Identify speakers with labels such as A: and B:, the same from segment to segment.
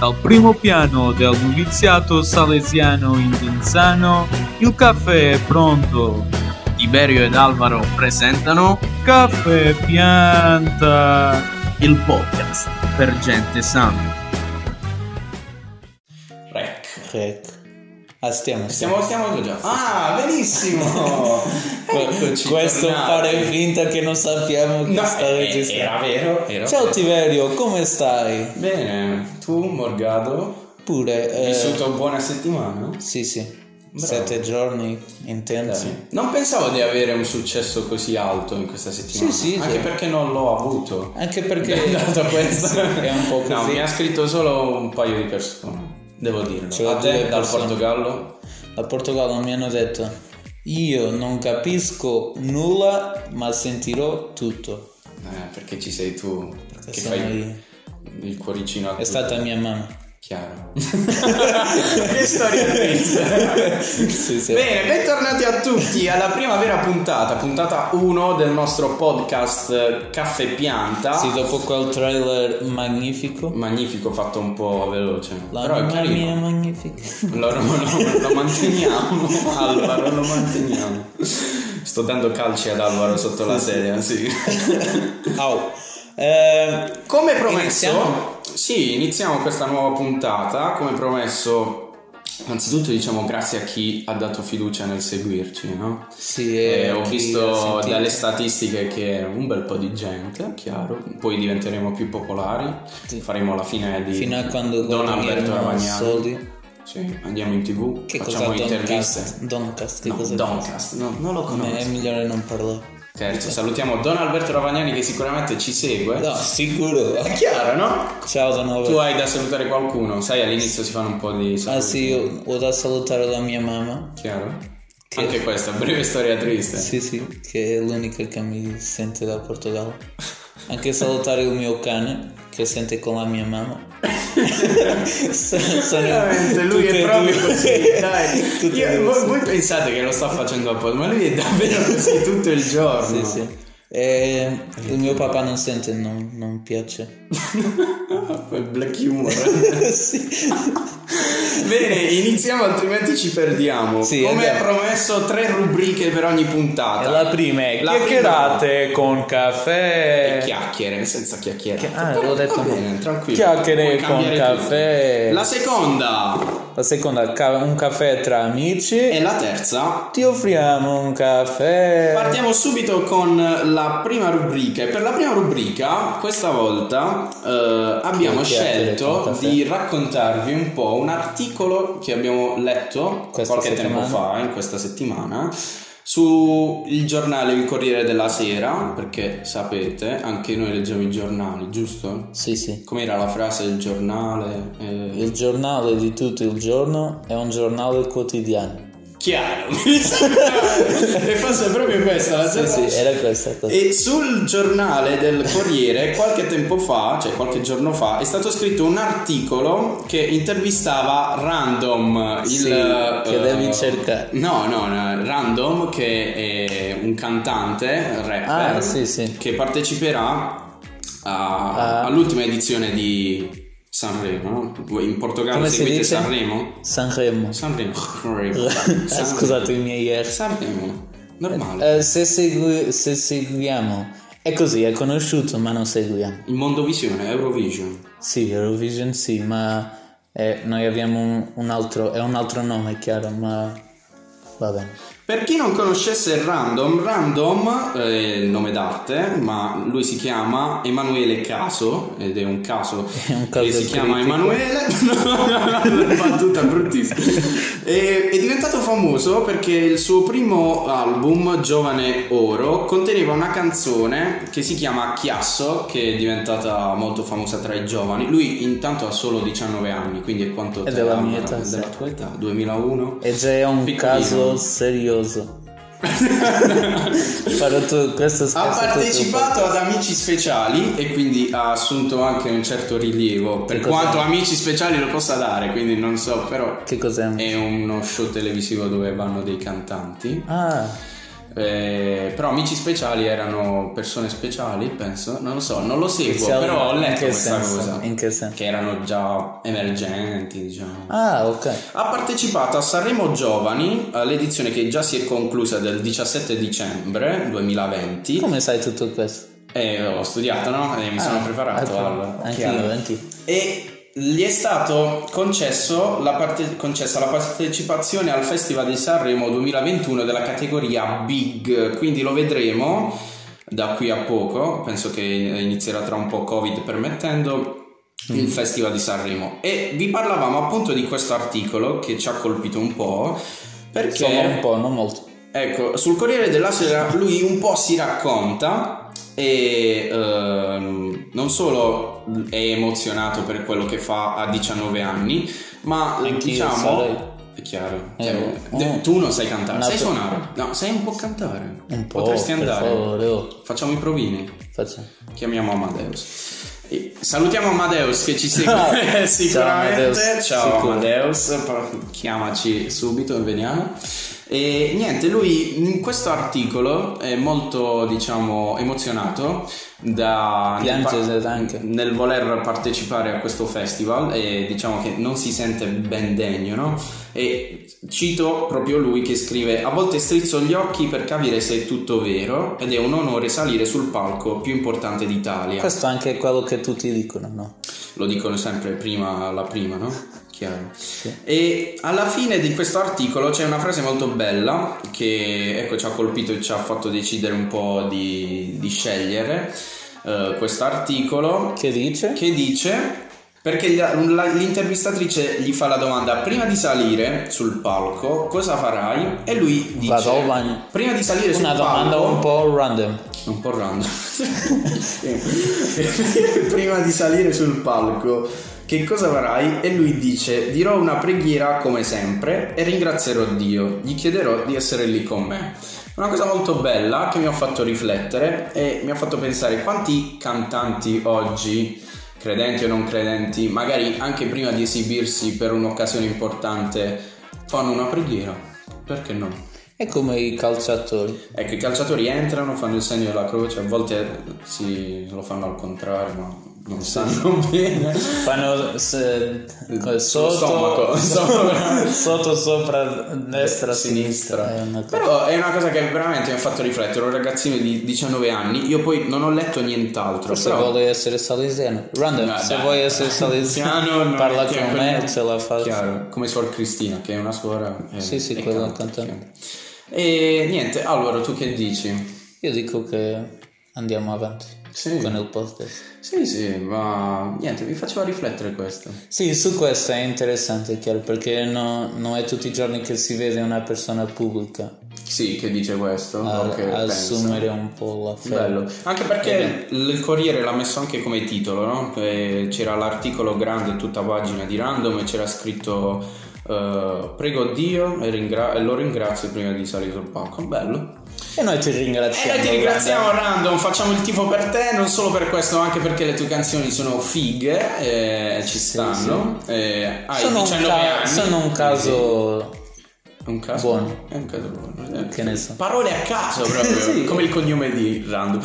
A: Al primo piano del noviziato salesiano indenzano, il caffè è pronto.
B: Tiberio ed Alvaro presentano
A: Caffè pianta.
B: il podcast per gente sana.
C: Rec. Rec. Ah, stiamo,
D: Stiamo, stiamo già. Ah, benissimo! Eccoci
C: Questo
D: tornati.
C: fare finta che non sappiamo che
D: No,
C: sta
D: eh, era
C: registrando.
D: vero, era
C: Ciao
D: vero.
C: Tiberio, come stai?
D: Bene, tu Morgado,
C: Pure.
D: hai
C: eh,
D: vissuto buona settimana?
C: Sì, sì. Sette giorni intensi.
D: Dai. Eh. Non pensavo di avere un successo così alto in questa settimana.
C: Sì, sì,
D: Anche
C: sì.
D: perché non l'ho avuto.
C: Anche perché
D: Dato questo
C: è un po' così.
D: No, mi ha scritto solo un paio di persone, devo dirlo.
C: Solo
D: A te
C: due
D: dal
C: persone.
D: Portogallo?
C: A Portogallo mi hanno detto io non capisco nulla ma sentirò tutto.
D: Eh, perché ci sei tu.
C: Perché
D: Che
C: sono
D: fai
C: io.
D: il cuoricino a
C: È
D: tutti.
C: stata mia mamma.
D: Chiaro. che storia triste.
C: Sì, sì.
D: Bene, bentornati a tutti alla prima vera puntata, puntata 1 del nostro podcast eh, Caffè Pianta.
C: Sì, dopo quel trailer magnifico.
D: Magnifico, fatto un po' veloce.
C: La
D: Però è
C: mamma mia
D: carino.
C: magnifica.
D: Lo, lo- lo manteniamo, Alvaro, lo manteniamo. Sto dando calci ad Alvaro sotto la sedia, sì.
C: Au. Eh,
D: Come promesso,
C: Iniziamo?
D: sì, iniziamo questa nuova puntata. Come promesso, innanzitutto diciamo grazie a chi ha dato fiducia nel seguirci, no?
C: sì,
D: Eh,
C: eh,
D: ho
C: chi ha
D: visto
C: sentito-
D: dalle statistiche che un bel po' di gente, chiaro, poi diventeremo più popolari,
C: Sì.
D: faremo la fine di
C: Fino a quando
D: Don Alberto
C: guadagniamo
D: Ravagnani,
C: soldi.
D: Sì, andiamo in tv,
C: Che
D: facciamo
C: cos'ha
D: interviste.
C: Doncast? Doncast, che
D: No,
C: cos'è?
D: Doncast, no, non lo
C: Beh,
D: conosco.
C: è migliore non parlare.
D: Terzo, salutiamo Don Alberto Ravagnani che sicuramente ci segue.
C: No, sicuro.
D: È chiaro, no?
C: Ciao da nuovo.
D: Tu hai da salutare qualcuno, sai all'inizio si fanno un po' di saluti.
C: Ah sì, io ho da salutare la mia mamma.
D: Chiaro?
C: Che-
D: Anche questa, breve storia triste.
C: Sì, sì, che è l'unica che mi sente da Portogallo. Anche salutare il mio cane, che sente con la mia mamma. S- sono
D: Veramente, lui
C: tutte
D: è
C: e
D: proprio
C: due-
D: così, dai.
C: tutte e
D: Io-
C: due
D: voi, voi pensate che lo sta facendo apposta, ma lui è davvero così tutto il giorno.
C: Sì, sì. E il mio papà non sente, non, non piace.
D: Quel black humor. Bene, iniziamo altrimenti ci perdiamo.
C: Sì,
D: Come
C: andiamo.
D: promesso, tre rubriche per ogni puntata.
C: prima è
D: La chiacchierate
C: con
D: E
C: caffè.
D: Eh, chiacchiere, senza chiacchierare.
C: Ah, avevo detto
D: Va bene,
C: no.
D: tranquillo.
C: Chiacchiere
D: Puoi
C: con
D: cambiare tutto.
C: caffè.
D: La seconda
C: La seconda, ca- un caffè tra amici.
D: e la terza.
C: Ti offriamo un caffè.
D: Partiamo subito con la prima rubrica e per la prima rubrica questa volta eh, abbiamo
C: chiacchiere con
D: scelto
C: caffè.
D: di raccontarvi un po' un articolo che abbiamo letto
C: Questa
D: qualche tempo
C: settimana.
D: fa, in questa settimana, sul giornale Il Corriere della Sera, perché sapete, anche noi leggiamo i giornali, giusto?
C: Sì, sì.
D: Com'era la frase del giornale? Eh,
C: Il giornale di tutto il giorno è un giornale quotidiano.
D: Chiaro, e forse è proprio questa la
C: Sì, sì, era questa cosa.
D: E sul giornale del Corriere qualche tempo fa, cioè qualche giorno fa, è stato scritto un articolo che intervistava Random, il
C: Sì, che
D: eh,
C: devi cercare.
D: No, no, no, Random che è un cantante, rapper
C: Ah, sì, sì.
D: che parteciperà a-
C: Ah.
D: all'ultima edizione di Sanremo. no? In Portogallo
C: Come si
D: seguite
C: dice?
D: Sanremo?
C: Sanremo.
D: Sanremo. Sanremo.
C: Eh, Scusate i miei ex.
D: Sanremo. Normale.
C: Eh, se, segui- se seguiamo. È così, è conosciuto, ma non seguiamo.
D: Il Mondovisione, Eurovision.
C: Sì, Eurovision sì, ma eh, noi abbiamo un, un altro. È un altro nome, chiaro, ma. Va bene.
D: Per chi non conoscesse Random, Random eh, è il nome d'arte, ma lui si chiama Emanuele Caso, ed è un caso,
C: È un caso
D: che si chiama
C: critico.
D: Emanuele, no, battuta bruttissima, E- è diventato famoso perché il suo primo album, Giovane Oro, conteneva una canzone che si chiama Chiasso, che è diventata molto famosa tra i giovani, lui intanto ha solo 19 anni, quindi è quanto...
C: È
D: te,
C: della
D: Laura?
C: mia età,
D: È
C: sì.
D: della tua età, 2001?
C: E già è un
D: Piccolino.
C: caso serioso. Farò tu, questo
D: Ha
C: scherzo,
D: partecipato ad Amici Speciali e quindi ha assunto anche un certo rilievo, per
C: Che cos'è?
D: quanto Amici Speciali lo possa dare, quindi non so, però Eh.
C: questo- Che cos'è?
D: è uno show televisivo dove vanno dei cantanti.
C: Ah,
D: Eh, però amici speciali erano persone speciali, penso. Non lo so, non lo seguo,
C: Speciali
D: boh, però ho
C: in
D: letto
C: che
D: questa
C: senso?
D: cosa.
C: In che senso?
D: Che erano già emergenti, diciamo.
C: Ah, ok.
D: Ha partecipato a Sanremo Giovani, all'edizione che già si è conclusa del 17 dicembre 2020.
C: Come sai tutto questo?
D: Eh, ho studiato, no? E mi sono
C: Ah,
D: preparato
C: ecco.
D: al...
C: Anch'io, anch'io.
D: E gli è stato concesso la parte- concessa la partecipazione al Festival di Sanremo 2021 della categoria Big, quindi lo vedremo da qui a poco, penso che inizierà tra un po' Covid permettendo
C: Mm.
D: il Festival di Sanremo e vi parlavamo appunto di questo articolo che ci ha colpito un po' perché
C: Solo un po', non molto.
D: Ecco, sul Corriere della Sera lui un po' si racconta e ehm, non solo è emozionato per quello che fa a 19 anni, ma
C: Anch'io
D: diciamo...
C: sarei.
D: È chiaro.
C: Eh,
D: Cioè,
C: eh.
D: de- Tu non sai cantare,
C: No,
D: sai
C: per-
D: suonare? No, sai un po' cantare.
C: Un po',
D: Potresti
C: per
D: andare.
C: favore, oh.
D: Facciamo i provini.
C: Facciamo.
D: Chiamiamo Amadeus. E salutiamo Amadeus che ci
C: Ciao.
D: segue sicuramente.
C: Ciao, Amadeus.
D: Ciao
C: Sicuro.
D: Amadeus, chiamaci subito e veniamo. E niente, lui in questo articolo è molto, diciamo, emozionato da
C: Piange
D: nel,
C: anche.
D: nel voler partecipare a questo festival e diciamo che non si sente ben degno, no? E cito proprio lui che scrive: A volte strizzo gli occhi per capire se è tutto vero ed è un onore salire sul palco più importante d'Italia.
C: Questo anche è quello che tutti dicono, no?
D: Lo dicono sempre prima la prima, no? Chiaro. E alla fine di questo articolo c'è una frase molto bella che ecco, ci ha colpito e ci ha fatto decidere un po' di, di scegliere eh, questo articolo
C: Che dice?
D: che dice perché gli- la- l'intervistatrice gli fa la domanda prima di salire sul palco cosa farai e lui dice
C: Vado al bagno.
D: prima di salire
C: Una
D: sul
C: domanda
D: palco
C: un po' random.
D: un po' random prima di salire sul palco che cosa farai e lui dice dirò una preghiera come sempre e ringrazierò Dio gli chiederò di essere lì con me una cosa molto bella che mi ha fatto riflettere e mi ha fatto pensare quanti cantanti oggi credenti o non credenti magari anche prima di esibirsi per un'occasione importante fanno una preghiera perché no
C: È come i calciatori.
D: Ecco, i calciatori entrano, fanno il segno della croce, a volte si lo fanno al contrario, ma non sanno bene.
C: Fanno se-
D: Sullo stomaco,
C: sotto,
D: sopra.
C: sotto, sopra, destra, sinistra. È una cosa-
D: Però è una cosa che veramente mi ha fatto riflettere, un ragazzino di 19 anni, io poi non ho letto nient'altro,
C: Se
D: però...
C: vuoi essere salesiano, random,
D: No,
C: se
D: dai.
C: vuoi essere
D: Piano,
C: salesiano,
D: non
C: parla
D: metti
C: con
D: a
C: me,
D: quello-
C: ce la faccio.
D: Chiaro, come Suor Cristina, che è una suora... eh,
C: Sì, sì,
D: e
C: quella
D: canta,
C: cantante.
D: chiaro. E niente, Alvaro, tu che dici?
C: Io dico che andiamo avanti
D: Sì.
C: con il podcast.
D: Sì, sì, ma niente, mi faceva riflettere questo.
C: Sì, su questo è interessante, chiaro, perché no- non è tutti i giorni che si vede una persona pubblica
D: Sì, che dice questo?
C: a,
D: o che
C: a
D: pensa.
C: assumere un po' la fede.
D: Bello. Anche perché il Corriere l'ha messo anche come titolo, no? Eh, C'era l'articolo grande, tutta pagina di random, e c'era scritto eh, Prego Dio e, ringra- e lo ringrazio prima di salire sul palco. Bello.
C: E noi ti
D: E
C: ringraziamo.
D: noi Eh, ti ringraziamo Random, facciamo il tifo per te, non solo per questo, ma anche perché le tue canzoni sono fighe, eh, ci stanno. eh, hai
C: Sono un,
D: 19
C: ca-
D: anni.
C: sono un caso
D: È un caso
C: Buono.
D: È un caso buono. eh.
C: Che ne so.
D: Parole a caso proprio,
C: Sì.
D: come il cognome di Random.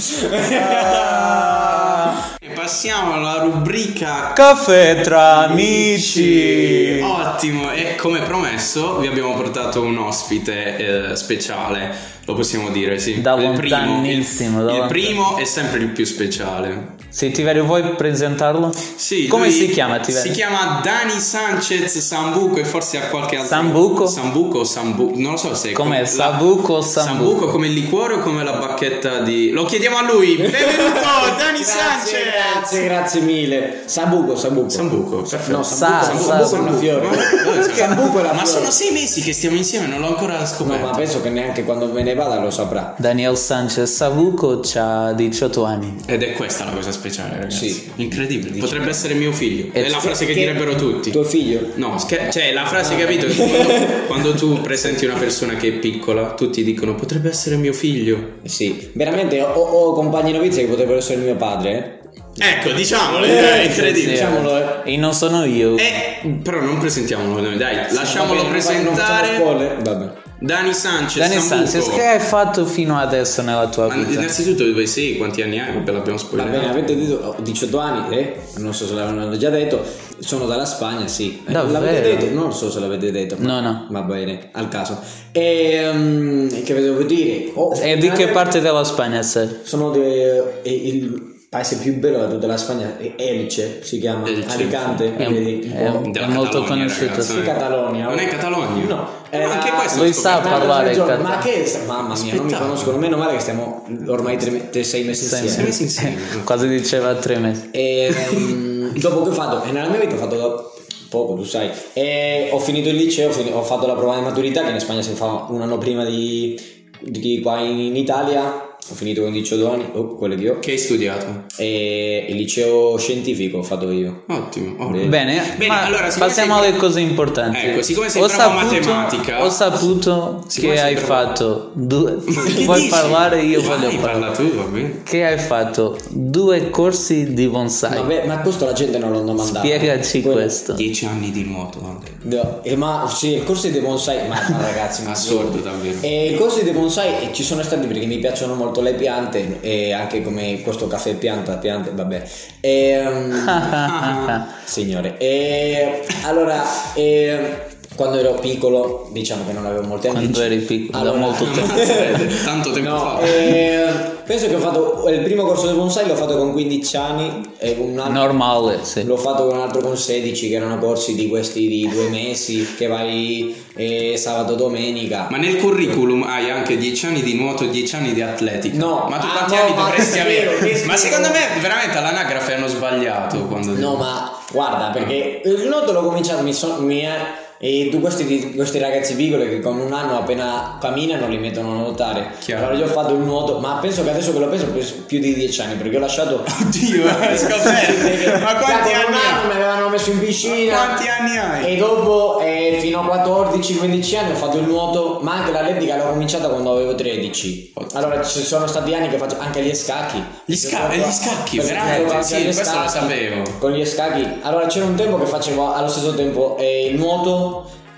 D: E Passiamo alla rubrica
C: Caffè tra amici.
D: Oh. Ottimo, e come promesso vi abbiamo portato un ospite eh, speciale, lo possiamo dire, sì.
C: Da
D: Il primo.
C: lontanissimo, da
D: Il
C: lontan-
D: primo è sempre il più speciale.
C: Sì, Tiverio, vuoi presentarlo?
D: Sì,
C: Come
D: lui
C: si chiama
D: Si
C: Tiverio?
D: chiama Dani Sanchez Sambuco e forse a qualche altro
C: Sambuco?
D: Sambuco o Sambuco, non lo so se è
C: Com'è?
D: la-
C: Sabuco o Sambuco?
D: Sambuco come il liquore o come la bacchetta di... Lo chiediamo a lui! Benvenuto Dani Sanchez!
E: Grazie, grazie mile. Sabuco, Sabuco.
D: Sambuco,
E: No, Sambuco,
C: Sa-
E: Sambuco,
C: sa-
E: è una fiore.
D: Ma,
E: Perché Sambuco è la
D: ma
E: fiore?
D: sono sei mesi che stiamo insieme, non l'ho ancora
E: No,
D: scoperto.
E: ma penso che neanche quando me ne vada lo saprà.
C: Daniel Sanchez Sabuco ha 18 anni.
D: Ed è questa la cosa speciale, ragazzi.
E: Sì.
D: Incredibile. Potrebbe essere mio figlio.
C: E
D: È la
C: tu-
D: frase che direbbero tutti.
E: Tuo figlio?
D: No, scher- cioè la frase, capito? che Quando, quando tu presenti una persona che è piccola, tutti dicono potrebbe essere mio figlio.
E: Sì. Veramente ho, ho compagni novizi che potrebbero essere mio padre. eh.
D: Ecco, diciamolo, è incredibile.
E: Diciamolo, eh.
C: E non sono io.
D: Eh, però non presentiamolo noi, dai, lasciamolo
E: Va bene, non facciamo
D: presentare
E: spoiler. Vabbè.
D: Dani Sanchez.
C: Dani
D: Sambuco.
C: Sanchez, che hai fatto fino adesso nella tua
D: Ma
C: vita?
D: innanzitutto dove sei? Quanti anni hai? Vabbè, l'abbiamo
E: Va bene,
D: spoilerato.
E: avete detto ho 18 anni, eh? Non so se l'avevano già detto. Sono dalla Spagna, sì. Eh,
C: Davvero?
E: L'avete detto? Non so se l'avete detto. Ma,
C: No, no.
E: Va bene, al caso. E ehm, che devo dire? Oh,
C: E di che
E: finalmente-
C: parte della Spagna sei?
E: Sono de- e- il paese più bello della Spagna, è Elche si chiama,
D: Elche.
E: Alicante,
C: È,
E: quindi
C: è- eh.
E: un po'
C: è
D: Della
C: molto
D: Catalogna,
C: conosciuto.
D: ragazzi.
E: di Catalogna.
D: eh. Non è Catalogna?
E: No,
D: Eh, ma anche questo
C: lui
D: lo scopriamo.
C: sa
E: Ma
C: parlare
E: tre giorni-
C: catalano.
E: Ma che mamma mia, non mi
D: Spettacolo.
E: conoscono, meno male che stiamo ormai tre, tre- sei mesi
C: Sei
E: insieme.
D: mesi insieme.
C: Quasi diceva tre mesi.
E: E, ehm, dopo che ho fatto, e nella mia vita ho fatto da- poco, tu sai, e ho finito il liceo, ho, fini- ho fatto la prova di maturità che in Spagna si fa un anno prima di, di qua in, in Italia. Ho finito con 18 anni, oh, quelle che ho.
D: Che hai studiato?
E: E il liceo scientifico ho fatto io.
D: Ottimo. ottimo.
E: Bene.
C: Bene,
D: Bene,
C: ma
D: allora, siccome
C: passiamo
D: sei-
C: alle cose importanti.
D: Ecco, siccome sei bravo a matematica-
C: ho saputo
D: Siccome
C: che
D: sei
C: hai
D: bravo-
C: fatto due...
D: Ma che
C: Vuoi
D: dici?
C: parlare? Io
D: Vai,
C: voglio parlare.
D: Parla tu, va bene.
C: Che hai fatto due corsi di bonsai.
E: Vabbè, ma questo la gente non l'ha domandato.
C: Spiegaci
E: Quello-
C: questo.
D: Dieci anni di nuoto anche.
E: No, eh, ma sì, il corso di bonsai, ma, ma ragazzi, ma
D: Assurdo, davvero.
E: E i corsi di bonsai eh, ci sono stati perché mi piacciono molto le piante e anche come questo caffè pianta, piante, vabbè. Ehm, signore, e, allora eh, quando ero piccolo, diciamo che non avevo molti amici.
C: Quando eri piccolo, da molto tempo.
D: Cioè, Tanto tempo
E: No,
D: fa.
E: eh, penso che ho fatto il primo corso di bonsai l'ho fatto con 15 anni e un altro
C: Normale, sì.
E: L'ho fatto con un altro con 16 che erano corsi di questi di due mesi che vai eh, sabato domenica.
D: Ma nel curriculum hai anche 10 anni di nuoto e 10 anni di atletica.
E: No.
D: ma tu
E: Ah,
D: quanti
E: no,
D: anni
E: ma
D: dovresti
E: è vero,
D: avere?
E: che
D: Ma
E: schifo.
D: secondo me veramente all'anagrafe hanno sbagliato quando
E: No, ma guarda, perché il noto l'ho cominciato, mi sono. mi è- e tu questi, di- questi ragazzi piccoli che con un anno appena camminano li mettono a nuotare.
D: Chiaro.
E: Allora io ho fatto il nuoto, ma penso che adesso che l'ho preso ho preso più di 10 anni perché ho lasciato.
D: Oddio, eh, scoperto. Ma quanti
E: Già
D: anni
E: con un anno
D: hai?
E: mi avevano messo in piscina.
D: Quanti anni hai?
E: E dopo, eh, fino a 14-15 anni, ho fatto il nuoto, ma anche l'atletica l'ho cominciata quando avevo 13.
D: Ottimo.
E: Allora ci sono stati anni che faccio anche gli scacchi.
D: Gli sca-
E: Perché
D: gli scacchi,
E: perché
D: veramente?
E: giocavo
D: Sì,
E: anche agli
D: questo lo
E: scacchi,
D: sapevo.
E: Con gli scacchi. Allora c'era un tempo che facevo allo stesso tempo eh, il nuoto.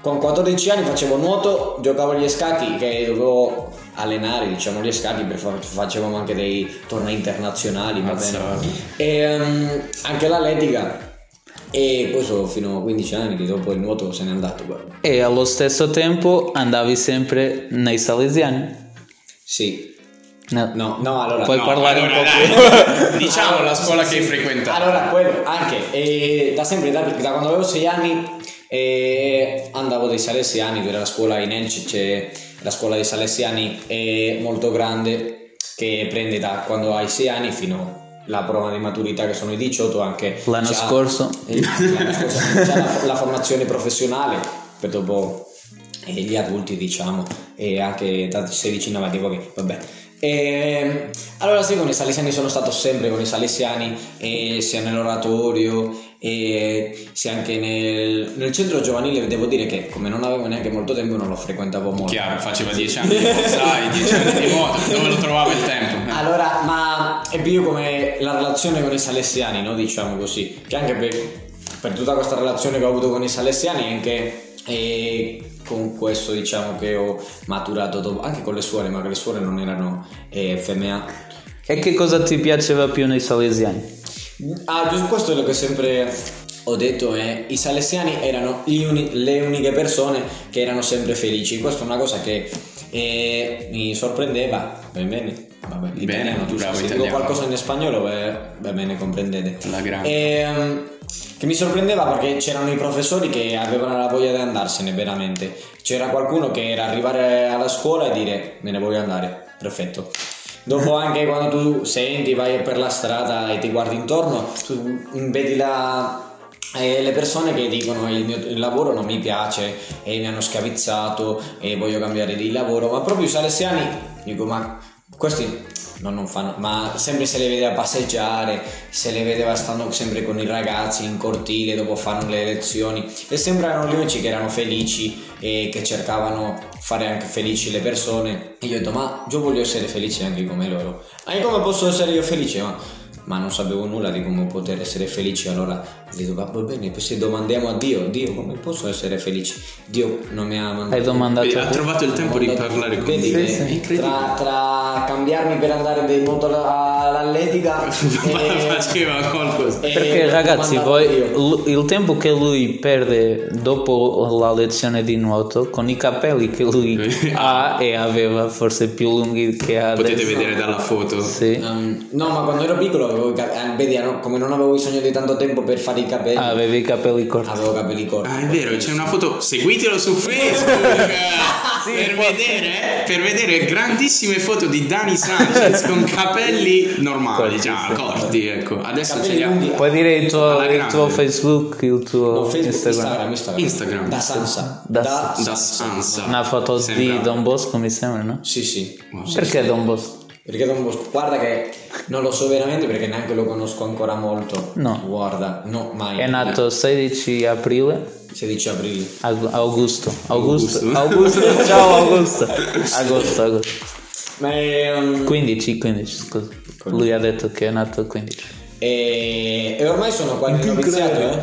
E: Con 14 anni facevo nuoto, giocavo agli scacchi che dovevo allenare, diciamo, gli scacchi, perché fa- facevamo anche dei tornei internazionali, va bene.
D: Mazzola.
E: E, ehm, anche l'atletica. E poi sono fino a 15 anni che dopo il nuoto se n'è andato. guarda.
C: E allo stesso tempo andavi sempre nei salesiani.
E: Sì.
C: No.
E: No, no, allora.
C: Puoi
E: no.
C: parlare un po' più.
D: allora, dai, diciamo la scuola che
E: sì,
D: hai
E: sì.
D: frequentato.
E: Allora, quello anche. eh, da sempre, da, da quando avevo 6 anni, eh, andavo dai Salesiani, che era la scuola in Elci, c'è la scuola dei Salesiani è molto grande, che prende da quando hai 6 anni fino alla prova di maturità che sono i 18 anche
C: L'anno
E: già-
C: sforzo.
E: Eh, l'anno scorso c'è la, la formazione professionale per dopo eh, gli adulti diciamo e anche da 16 in avanti vabbè, vabbè. Ehm, allora sì con i salesiani sono stato sempre con i salesiani eh, sia nell'oratorio eh, sia anche nel, nel centro giovanile devo dire che come non avevo neanche molto tempo non lo frequentavo molto
D: Chiaro, faceva 10 anni di bonsai, 10 anni di nuoto, dove lo trovava il tempo? Eh.
E: Allora, ma è più come la relazione con i salesiani, no? Diciamo così. Che anche per, per tutta questa relazione che ho avuto con i salesiani, anche eh, con questo, diciamo, che ho maturato dopo, anche con le suore, ma che le suore non erano eh, FMA.
C: E che cosa ti piaceva più nei salesiani?
E: Ah, giusto, questo è quello che sempre ho detto, eh, i salesiani erano gli uni- le uniche persone che erano sempre felici. Questa è una cosa che eh, mi sorprendeva. Va bene, va bene, italiano, giusto,
D: bravo,
E: se dico
D: italiano.
E: qualcosa in spagnolo, eh, va bene, comprendete.
D: La grande.
E: Ehm, che mi sorprendeva perché c'erano i professori che avevano la voglia di andarsene veramente. C'era qualcuno che era arrivare alla scuola e dire me ne voglio andare, perfetto. Dopo anche quando tu senti, vai per la strada e ti guardi intorno, tu vedi la- eh, le persone che dicono il mio il lavoro non mi piace e mi hanno scavizzato e voglio cambiare di lavoro, ma proprio i salesiani dico ma questi no, non fanno, ma sempre se le vedeva passeggiare, se le vedeva stando sempre con i ragazzi in cortile dopo fanno le lezioni e sembrano gli unici che erano felici e che cercavano fare anche felici le persone e io ho detto ma io voglio essere felice anche come loro, ma io come posso essere io felice? Ma ma non sapevo nulla di come poter essere felici, allora ho detto va bene, poi se domandiamo a Dio, Dio come posso essere felice? Dio non mi ha mandato...
C: Hai domandato
D: Beh,
C: a
D: ha
C: te?
D: trovato il tempo di
E: Mandato-
D: parlare con
E: Vedi
D: me.
E: che
D: È incredibile.
E: Tra, tra cambiarmi per andare del moto alla- all'atletica e...
D: Faceva qualcosa.
E: e-
C: Perché é
E: l'ho
C: ragazzi,
E: mandato
C: voi,
E: io.
C: l- il tempo che lui perde dopo la lezione di nuoto, con i capelli che lui ha e aveva forse più lunghi che
E: eh,
C: ha
D: Potete
C: adesso.
D: vedere dalla foto.
C: Sì.
E: Um, no, ma quando ero piccolo avevo i capelli. Vedi, no, come non avevo bisogno di tanto tempo per fare i capelli,
C: Aveva i capelli corti.
E: avevo capelli corti.
D: Ah, è vero, c'è una foto. Seguitelo su Facebook eh, per, vedere, per vedere grandissime foto di Dani Sanchez con capelli normali,
C: Corti,
D: già
C: sì.
D: corti. Ecco, adesso ce
E: Capelli
D: li ha.
E: lunghi.
C: Puoi dire il tuo,
D: Alla
C: il tuo
D: grande.
C: Facebook, il tuo
E: No, Facebook,
C: Instagram.
E: Instagram, Instagram.
D: Instagram.
E: Da Sansa.
C: Da
D: Da Sansa.
C: Una foto
D: Sembra-
C: di Don Bosco mi sembra, no?
E: Sì, sì.
C: Perché Don Bosco?
E: Perché Don Bosco, guarda che non lo so veramente perché neanche lo conosco ancora molto.
C: No.
E: Guarda, no, mai.
C: È nato 16 aprile,
E: 16 aprile.
C: Ag- Augusto. Augusto.
D: Augusto.
C: Augusto, ciao Augusto. Agosto, agosto.
E: Ma è, um,
C: 15, 15, scusa. Lui ha detto che è nato 15.
E: e, e ormai sono qualche noviziato, eh?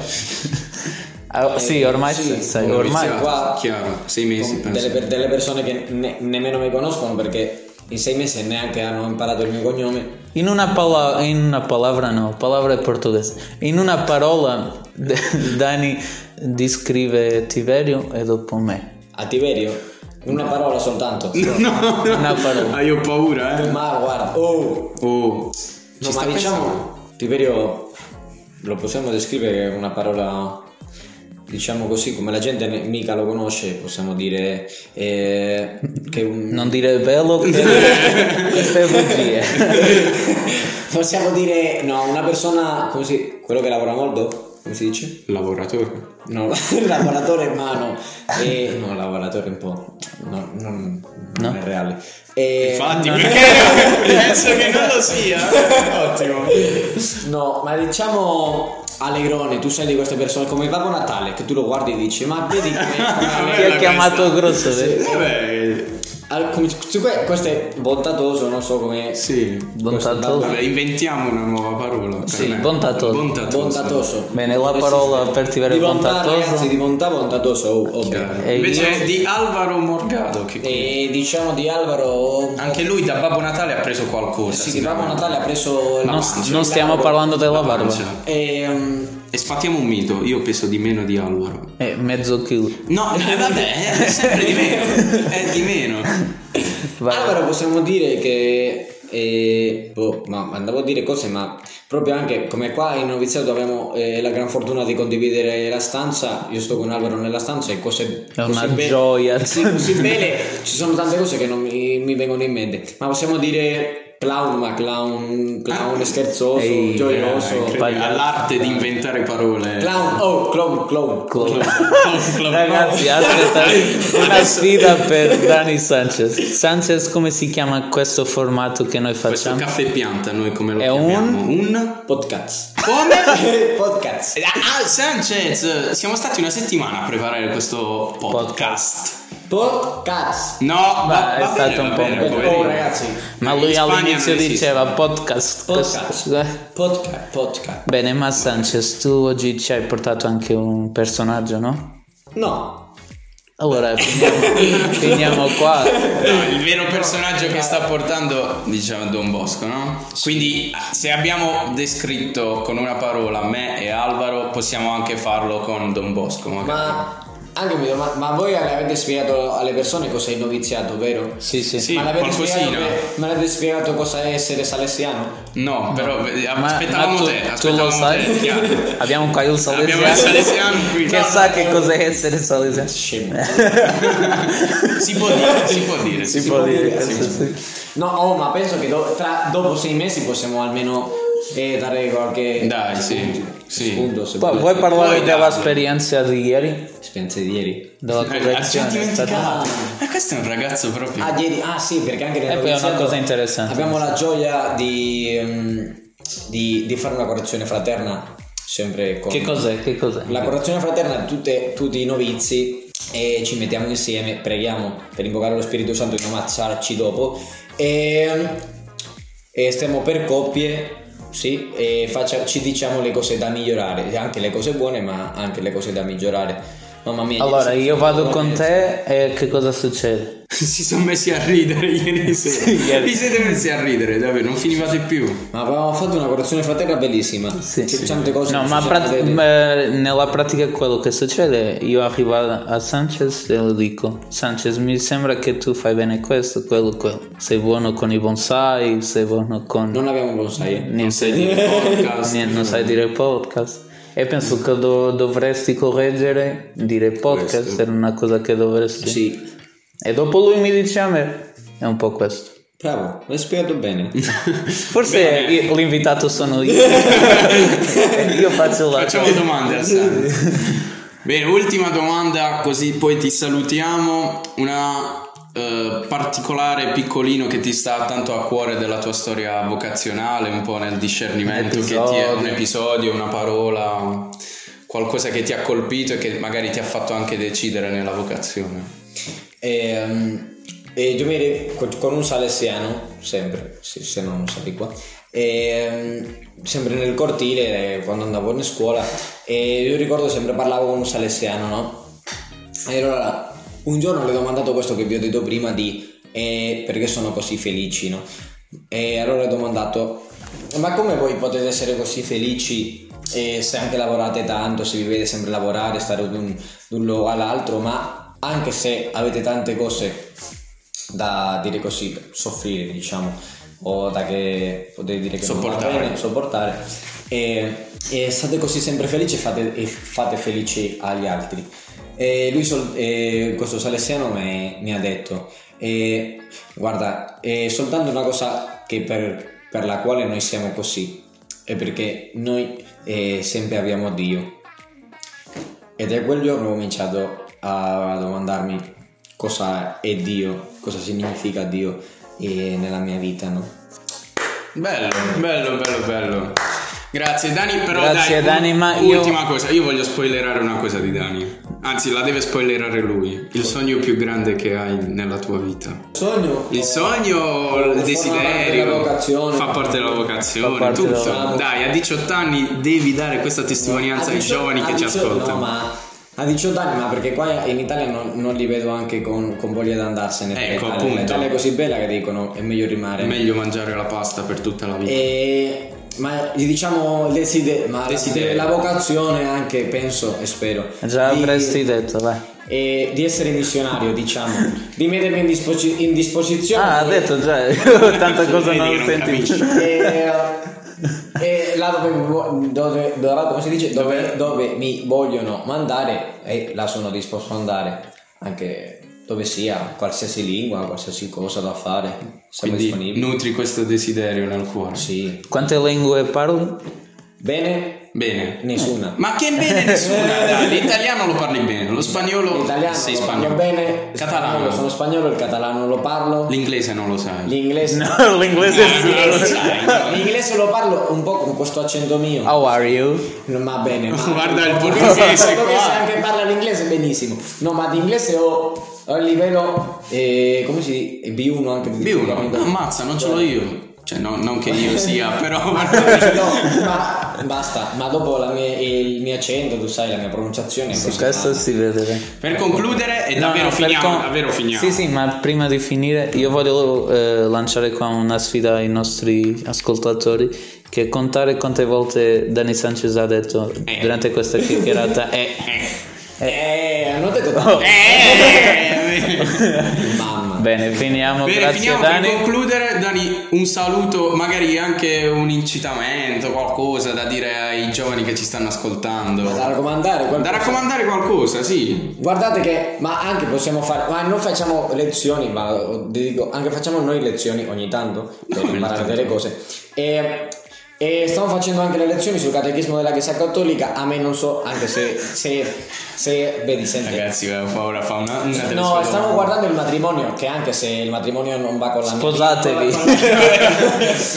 C: Ah, sì, ormai
E: sì,
C: sì, sai,
E: ho
C: ormai
E: iniziato. qua-
D: Chiaro, sei mesi
E: con
D: penso.
E: delle, per- delle persone che ne- nemmeno mi conoscono perché in sei mesi neanche hanno imparato il mio cognome.
C: in una, pala- in una palabra no, palabra è portoghese. In una parola D- Dani descrive Tiberio e dopo me.
E: A Tiberio, una parola soltanto.
D: No,
C: Una parola.
D: Ah, io ho paura, eh.
E: Ma guarda, oh,
D: Oh,
E: no, ma diciamo, Tiberio lo possiamo descrivere con una parola, diciamo così, come la gente ne- mica lo conosce, possiamo dire eh, che è un...
C: Non dire bello, perché- queste bugie.
E: possiamo dire, no, una persona, come si, quello che lavora molto, come si dice?
D: lavoratore.
E: No, lavoratore in mano. E, no, lavoratore un po'. No, non, non è reale.
C: Eh,
E: E,
D: Infatti, perché penso che non lo sia. Ottimo.
E: No, ma diciamo allegrone, tu sei di queste persone come Babbo Natale, che tu lo guardi e dici, ma vedi
D: Vabbè,
E: che...
C: Ti ha
D: Ah, questa.
C: chiamato grosso, eh? vero?
D: Vabbè,
E: Al- come- su que- questo è bontatoso, non so come...
D: sì.
C: Bontatoso.
D: Vabbè, inventiamo una nuova parola. cioè, per
E: Sì,
D: me.
C: bontatoso.
D: Bontatoso.
E: Bontatoso.
C: Bene, la
E: Come si
C: parola
E: fa?
C: per tivare
E: Di bontà,
C: bontatoso.
E: Ragazzi, di bontà bontatoso, oh, oh,
D: Chiaro.
C: E
D: Cioè, Invece
C: io-
D: di Alvaro Morgado, che
E: E diciamo di Alvaro...
D: anche lui da Babbo Natale ha preso qualcosa.
E: Sì, di Babbo Natale ha preso...
D: La
E: il-
C: Non,
D: pancia.
C: non stiamo
E: Alvaro.
C: parlando della
D: La
C: barba.
D: pancia.
E: E, um,
D: E sfattiamo un mito, io peso di meno di Alvaro.
C: Eh, mezzo chilo.
D: No, eh, vabbè, è sempre di meno. È di meno.
C: Vai.
E: Allora possiamo dire che eh, boh, ma andavo a dire cose ma proprio anche come qua in noviziato abbiamo eh, la gran fortuna di condividere la stanza io sto con Alvaro nella stanza e cose
C: È una
E: così be-
C: gioia.
E: sì, così bene ci sono tante cose che non mi, mi vengono in mente ma possiamo dire clown ma clown clown
D: Ah.
E: scherzoso
C: Ehi,
D: Eh,
E: gioioso
D: incredibile, all'arte di inventare parole.
E: clown oh clown clown
C: Clown.
D: Clown, clown.
C: Ragazzi, aspetta, una sfida per Dani Sanchez. Sanchez, come si chiama questo formato che noi
D: Questo
C: facciamo?
D: caffè pianta, noi come lo
C: È
D: chiamiamo? Un...
E: podcast
D: Come?
E: podcast
D: Ah, Sanchez, siamo stati una settimana a preparare questo podcast.
E: podcast
D: No, va,
C: Beh, è
D: va bene,
C: stato un
D: va
C: po'
D: bene,
C: un po'
D: poverino.
E: oh ragazzi
C: Ma
D: In
C: lui
D: Spagna
C: all'inizio
D: non esiste.
C: diceva podcast. eh.
E: podcast podcast podcast
C: Bene, ma Sanchez, tu oggi ci hai portato anche un personaggio, no?
E: no
C: Allora, finiamo, finiamo qua.
D: No, il vero personaggio che sta portando, diciamo, Don Bosco, no? Quindi, se abbiamo descritto con una parola me e Alvaro, possiamo anche farlo con Don Bosco, magari.
E: Ma anche mi domanda, ma voi avete spiegato alle persone cosa è il noviziato, vero?
C: Sì, sì.
D: Sì,
E: ma l'avete
D: qualcosina.
E: spiegato, ma l'avete spiegato cosa è essere salesiano?
D: No, però eh,
C: Ma,
D: aspettavamo
C: ma tu,
D: te,
C: tu lo
D: aspettavamo te,
C: sai?
D: chiaro.
C: Abbiamo qua il
D: Abbiamo il
C: salesiano
D: salesiano qui.
C: che
D: No,
C: sa che cos'è essere
D: Eh,
C: salesiano.
E: Scemo.
D: Si può dire, si può dire.
C: Eh, Si può dire, questo sì.
E: No, oh, ma penso che do- tra- dopo sei mesi possiamo almeno eh, dare qualche
D: Dai, sì,
E: spunto-
D: sì.
E: spunto, se
C: Poi, vuoi
E: volete.
C: parlare
D: Poi
C: dell'esperienza di ieri?
E: Esperienze di ieri.
C: Della
D: Eh, ci ho
C: correzione? è stata-
D: dimenticato. Ma questo è un ragazzo proprio.
E: Ah, ieri, ah sì, perché anche nel
C: E Eh, poi è una
E: noviziato
C: cosa interessante.
E: Abbiamo la gioia di, ehm, di, di fare una correzione fraterna sempre con
C: Che cos'è? Che cos'è?
E: La correzione fraterna, tutte- tutti i novizi e ci mettiamo insieme, preghiamo per invocare lo Spirito Santo e non ammazzarci dopo e, e stiamo per coppie sì, e faccia- ci diciamo le cose da migliorare, anche le cose buone ma anche le cose da migliorare. Mamma mia.
C: Allora,
E: ieri
C: io
E: sera
C: vado
E: sono
C: con
E: messo-
C: te e che cosa succede?
D: si sono messi a ridere ieri sera.
C: ieri.
D: Vi siete messi a ridere, davvero, non finivate più.
E: Ma avevamo fatto una colazione fraterna bellissima.
C: Sì.
E: C'è tante cose
C: No,
E: che
C: ma,
E: succedono,
C: prat-
E: vedi?
C: ma eh, nella pratica quello che succede, io arrivo a a Sanchez e lo dico, Sanchez mi sembra che tu fai bene questo, quello, quello. Sei buono con i bonsai, sei buono con...
E: Non abbiamo bonsai. eh.
C: Niente.
D: Sei di podcast.
C: Niente, Eh, non sai dire podcast. E penso che do- dovresti correggere, dire podcast era una cosa che dovresti.
E: Sì.
C: E dopo lui mi dice a me, è un po' questo.
E: Bravo, l'hai spiegato bene.
C: Forse io- l'invitato sono io. io faccio la...
D: Facciamo domande a Sandro. Bene, ultima domanda, così poi ti salutiamo. Una eh, particolare piccolino che ti sta tanto a cuore della tua storia vocazionale, un po' nel discernimento,
C: Un
D: che ti è un
C: episodio.
D: episodio, una parola, qualcosa che ti ha colpito e che magari ti ha fatto anche decidere nella vocazione.
E: E, ehm, e dormire co- con un salesiano, sempre, se, se no non sali qua, e, ehm, sempre nel cortile eh, quando andavo in scuola e io ricordo sempre parlavo con un salesiano, no? E allora un giorno le ho domandato questo che vi ho detto prima di eh, perché sono così felici, no? E allora ho domandato, ma come voi potete essere così felici eh, se anche lavorate tanto, se vi vedete sempre lavorare, stare da un, da un luogo all'altro, ma anche se avete tante cose da dire così, soffrire diciamo, o da che potete dire che non va
D: Sopportare.
E: bene, sopportare, e, e state così sempre felici e fate, e fate felici agli altri. E lui, sol- e questo salesiano, mi, mi ha detto, e, guarda, è soltanto una cosa che per, per la quale noi siamo così, è perché noi eh, sempre abbiamo Dio. E da quel giorno ho cominciato a domandarmi cosa è Dio, cosa significa Dio eh, nella mia vita, no?
D: Bello, bello, bello, bello. Grazie Dani, però
C: Grazie,
D: dai,
C: Dani,
D: un-
C: ma io-
D: ultima cosa, io voglio spoilerare una cosa di Dani. Anzi, la deve spoilerare lui. Il sogno più grande che hai nella tua vita.
E: Sogno
D: Il sogno,
E: Fa
D: il
E: parte della
D: desiderio
E: vocazione.
D: fa parte della vocazione,
C: Fa parte
D: tutto.
E: della-
D: Dai, a 18 anni devi dare questa testimonianza
E: A
D: ai
E: 18
D: giovani che
E: a
D: ci
E: 18
D: ascoltano.
E: No, ma a 18 anni, ma perché qua in Italia non, non li vedo anche con, con voglia di andarsene. perché
D: Ecco,
E: l'Italia-
D: appunto.
E: L'Italia è così bella che dicono è meglio
D: È
E: rimanere.
D: meglio mangiare la pasta per tutta la
E: Eh,
D: vita.
E: E- ma gli diciamo il deside- ma la-
D: Desiderio.
E: La, vocazione anche, penso e spero.
C: Già
E: di-
C: avresti detto, vai.
E: e di essere missionario, diciamo, di mettermi in, disposi- in disposizione.
C: Ah, ha
E: per-
C: detto già, tanta cosa
D: Vedi
C: non
D: che
C: ho
D: non capisci.
C: sentito.
E: e, e là dove, dove- dove- come si dice, dove, dove mi vogliono mandare e là sono disposto ad andare anche dove sia qualsiasi lingua qualsiasi cosa da fare siamo
D: Quindi
E: disponibili
D: nutri questo desiderio nel cuore.
E: sì
C: Quante lingue parli?
E: bene
D: Bene.
E: nessuna
D: Ma che bene nessuna, dai, l'italiano lo parli bene, lo spagnolo
E: l'italiano
D: sei
E: lo
D: spagnolo.
E: parlo bene
D: Catalano.
E: spagnolo, sono spagnolo il catalano lo parlo
D: L'inglese non lo sai.
E: l'inglese
C: No, l'inglese
D: L'inglese
C: sì.
D: sai.
E: l'inglese lo parlo un po' con questo accento mio
C: How are you?
E: Non va bene. ma-
D: Guarda il portoghese qua.
E: portoghese anche parla l'inglese benissimo. No, ma di inglese ho, ho il livello eh, come si dice? B1 anche di
D: B1,
E: No,
D: ammazza, non ce l'ho io. Cioè, no- non che io sia, però...
E: ma basta, ma dopo la mia- il mio accento, tu sai, la mia pronunciazione è
C: Sì,
E: così
C: questo
E: male.
C: si vede. dai.
D: per concludere, e
C: No,
D: davvero
C: no, per
D: finiamo,
C: con-
D: davvero finiamo.
C: Sì, sì, ma prima di finire io voglio eh, lanciare qua una sfida ai nostri ascoltatori che è contare quante volte Dani Sanchez ha detto
D: Eh.
C: durante questa chiacchierata è...
E: Eh, hanno detto
D: Eh!
E: mamma.
C: Bene, finiamo,
D: Bene,
C: grazie
D: finiamo
C: Dani.
D: per concludere. Dani, un saluto, magari anche un incitamento, qualcosa da dire ai giovani che ci stanno
E: Da
D: ascoltando.
E: raccomandare, guarda-
D: Da raccomandare qualcosa, sì.
E: Guardate che, ma anche possiamo fare, ma non facciamo lezioni, ma oh, ti dico, anche facciamo noi lezioni ogni tanto per
D: ogni
E: imparare
D: tanto.
E: delle cose. E, e stiamo facendo anche le lezioni sul catechismo della Chiesa Cattolica, a me non so, anche se, se, se vedi,
C: Eh.
E: senti.
D: Ragazzi, eh, fa ora fa una... una delle
E: No,
D: sue
E: stiamo
D: domande.
E: guardando il matrimonio, che anche se il matrimonio non va con la mia
C: Sposatevi.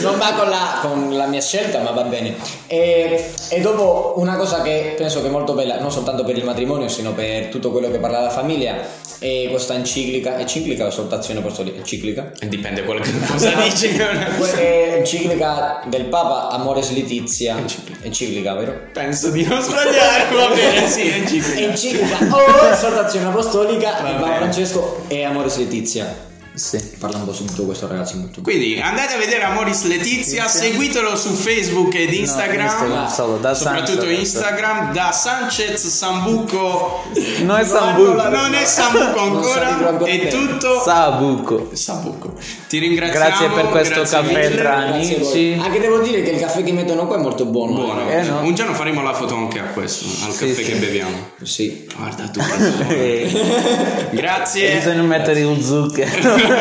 E: non va con la, con la mia scelta, ma va bene. E, e dopo una cosa che penso che è molto bella, non soltanto per il matrimonio, sino per tutto quello che parla la famiglia, è questa enciclica, enciclica o esortazione apostolica? Enciclica?
D: Dipende quello che cosa dici.
E: Que- eh, enciclica del Papa Amores Letizia e Ciclica, vero?
D: Penso di non sbagliare, va bene, sì, è
E: E
D: Enciclica.
E: Ciclica, oh, esortazione apostolica,
D: Va
E: e
D: bene.
E: Papa Francesco e Amores Letizia.
C: Sì.
E: Parla un po' su tutto questo ragazzi, molto
D: Quindi andate a vedere Amoris Letizia, seguitelo su Facebook ed Instagram,
C: Instagram solo, da
D: soprattutto
C: Sanchez.
D: Instagram, da Sanchez Sambuco.
C: Non è
D: Non
C: Sambuco.
D: la- Non è Sambuco
E: sapevo
D: ancora,
E: ancora
D: è
E: bene.
D: tutto
C: Sabuco.
D: Sambuco. Ti ringraziamo.
C: Grazie per questo
D: grazie
C: caffè
D: mille.
C: tra
E: Grazie a voi.
C: amici.
E: Anche devo dire che il caffè che mettono qua è molto buono.
D: Buono.
C: Eh, no.
D: Un giorno faremo la foto anche a questo, al caffè
C: sì.
D: che beviamo.
E: eh. Sì.
D: Guarda tu. Eh.
C: E
D: Grazie.
C: bisogna mettere il zucchero.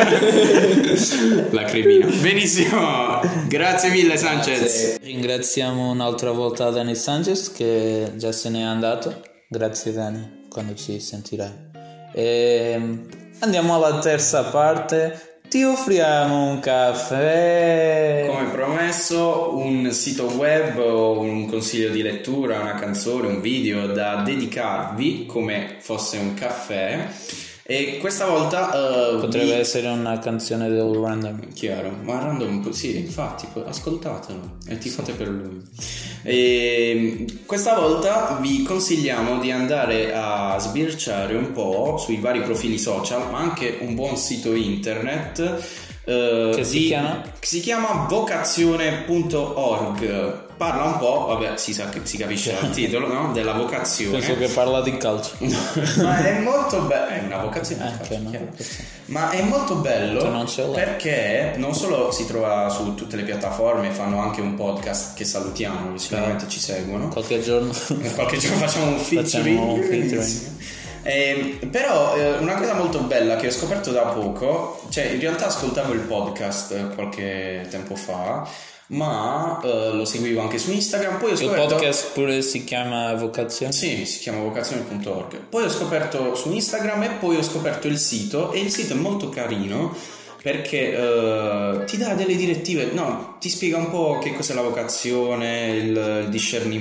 D: Lacrimina. Benissimo. Grazie mille Sanchez.
E: Grazie.
C: Ringraziamo un'altra volta Dani Sanchez che già se n'è andato. Grazie Dani, quando ci sentirai. E andiamo alla terza parte. Ti offriamo un caffè.
D: Come promesso, un sito web o un consiglio di lettura, una canzone, un video da dedicarvi come fosse un caffè. E questa volta eh,
C: Potrebbe
D: vi-
C: essere una canzone del random.
D: Chiaro, ma random, sì, infatti, po- ascoltatelo e ti fate per lui. E, questa volta vi consigliamo di andare a sbirciare un po' sui vari profili social, ma anche un buon sito internet. eh,
C: Che si
D: di-
C: chiama?
D: che si chiama vocazione.org. Parla un po', vabbè, si, sa, si capisce dal titolo, no? Della vocazione.
C: Penso che parla di calcio.
D: ma è molto bello, è una vocazione.
C: Anche no.
D: chiaro. Ma è molto bello
C: Tu non ce l'hai.
D: perché non solo si trova su tutte le piattaforme, fanno anche un podcast che salutiamo, sicuramente ci seguono.
C: Qualche giorno.
D: Qualche giorno facciamo un featuring.
C: Facciamo un featuring.
D: Bellissimo. Ehm, però eh, una cosa molto bella che ho scoperto da poco, cioè in realtà ascoltavo il podcast qualche tempo fa, ma eh, lo seguivo anche su Instagram, poi ho
C: Il
D: scoperto...
C: podcast pure si chiama Vocazione.
D: Sì, si chiama vocazione.org. Poi ho scoperto su Instagram e poi ho scoperto il sito e il sito è molto carino perché eh, ti dà delle direttive, no, ti spiega un po' che cos'è la vocazione, il, il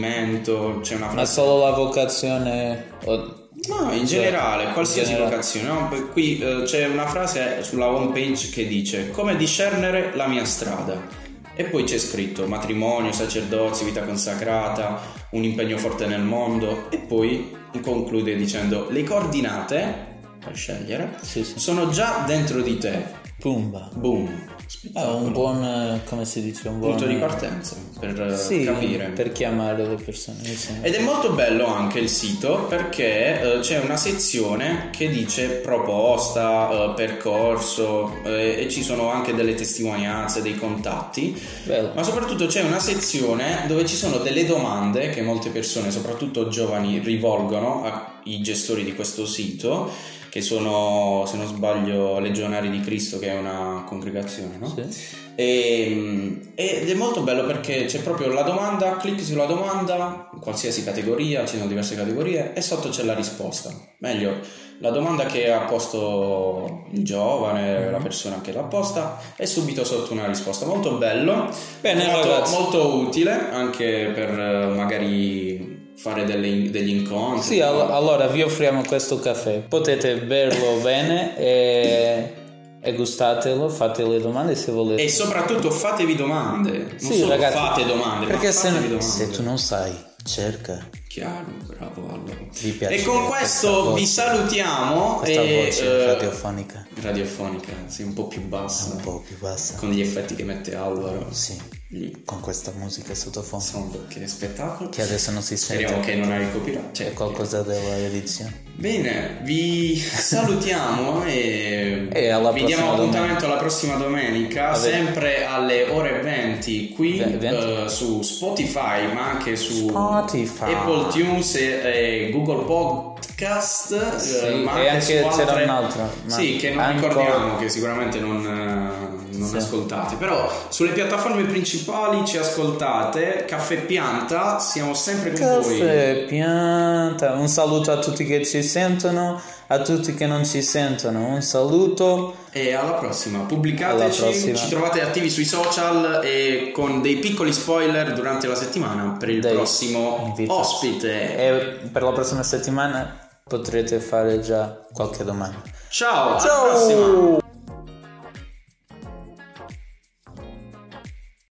D: discernimento, c'è una
C: Ma
D: frase...
C: solo la vocazione. o-
D: No, in
C: cioè, eh,
D: generale, qualsiasi
C: In generale.
D: vocazione. no? Per- Qui eh, c'è una frase sulla home page che dice come discernere la mia strada. E poi c'è scritto matrimonio, sacerdozio, vita consacrata, un impegno forte nel mondo. E poi conclude dicendo le coordinate, per scegliere,
C: Sì, sì.
D: sono già dentro di te.
C: Pumba.
D: Boom.
C: È un buon. eh, come si dice? Un buon.
D: Punto di partenza per eh,
C: Sì,
D: capire.
C: per chiamare le persone. insomma.
D: Ed è molto bello anche il sito perché eh, c'è una sezione che dice proposta, eh, percorso eh, e ci sono anche delle testimonianze, dei contatti,
C: Bello.
D: ma soprattutto c'è una sezione dove ci sono delle domande che molte persone, soprattutto giovani, rivolgono ai gestori di questo sito, che sono, se non sbaglio, Legionari di Cristo, che è una congregazione, no?
C: Sì.
D: E- Ehm, ed è molto bello perché c'è proprio la domanda, clicchi sulla domanda, qualsiasi categoria, ci sono diverse categorie, e sotto c'è la risposta. Meglio, la domanda che ha posto il giovane,
C: Mm-hmm.
D: la persona che l'ha posta, e subito sotto una risposta. Molto bello,
C: Bene,
D: molto,
C: ragazzi.
D: molto utile anche per eh, magari fare delle- degli incontri.
C: Sì, all- allora vi offriamo questo caffè. Potete berlo bene e, e gustatelo. Fate le domande se volete.
D: E soprattutto fatevi domande, non solo fate domande,
C: Perché
D: ma
C: se,
D: fatevi domande.
C: se tu non sai, cerca.
D: Chiaro, bravo allora.
C: Vi piace
D: E con
C: questa
D: questo
C: voce?
D: vi salutiamo.
C: Questa
D: e,
C: voce
D: eh,
C: radiofonica
D: radiofonica, sì, un po' più
C: è
D: bassa.
C: un po' più bassa.
D: Con gli effetti che mette Alvaro.
C: Sì,
D: Lì.
C: con questa musica sottofondo
D: Sono che spettacolo.
C: che adesso non si
D: Speriamo
C: sente.
D: che non hai copyright. Cioè,
C: È qualcosa della edizione.
D: Bene, vi salutiamo e,
C: E alla
D: vi diamo
C: prossima
D: appuntamento alla prossima domenica,
C: Va bene.
D: sempre alle ore 20 qui
C: Ve- 20?
D: eh, su Spotify, ma anche su
C: Spotify.
D: Apple Tunes e, e Google Podcast, eh,
C: Sì,
D: ma anche
C: e anche
D: su
C: c'era
D: altre-
C: un'altra, ma
D: Sì, che non
C: ancora-
D: ricordiamo, che sicuramente non, eh, non
C: Sì.
D: ascoltate, però sulle piattaforme principali ci ascoltate, Caffè Pianta, siamo sempre con voi.
C: Caffè, pianta. Un saluto a tutti che ci sentono, a tutti che non ci sentono. Un saluto.
D: E alla prossima, pubblicateci,
C: Alla prossima.
D: ci trovate attivi sui social e con dei piccoli spoiler durante la settimana per il
C: Dei
D: prossimo
C: invitati.
D: ospite.
C: E per la prossima settimana potrete fare già qualche domanda.
D: Ciao, alla
C: Ciao!
D: prossima!